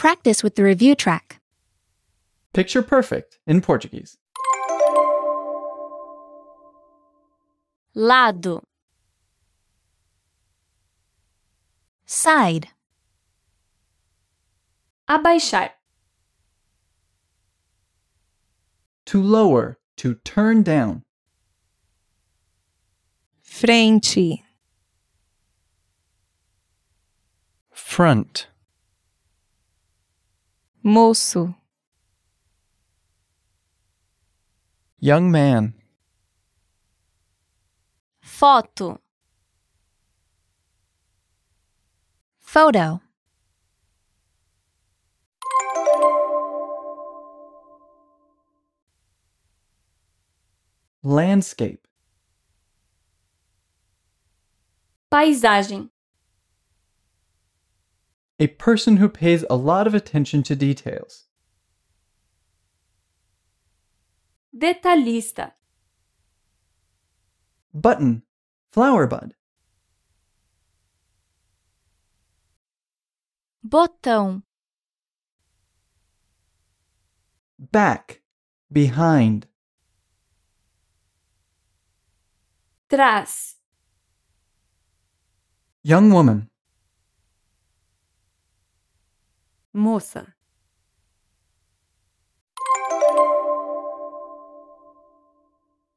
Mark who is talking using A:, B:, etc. A: practice with the review track.
B: Picture perfect in Portuguese.
C: lado,
A: Side.
C: abaixar,
B: To lower, to turn down.
D: frente,
E: front,
D: moço,
E: young man,
C: foto,
A: Photo.
B: Landscape.
C: paisagem,
B: A person who pays a lot of attention to details.
C: detalhista,
B: Button. Flower bud.
C: botão,
B: Back. Behind.
C: trás,
B: Young woman.
F: moça,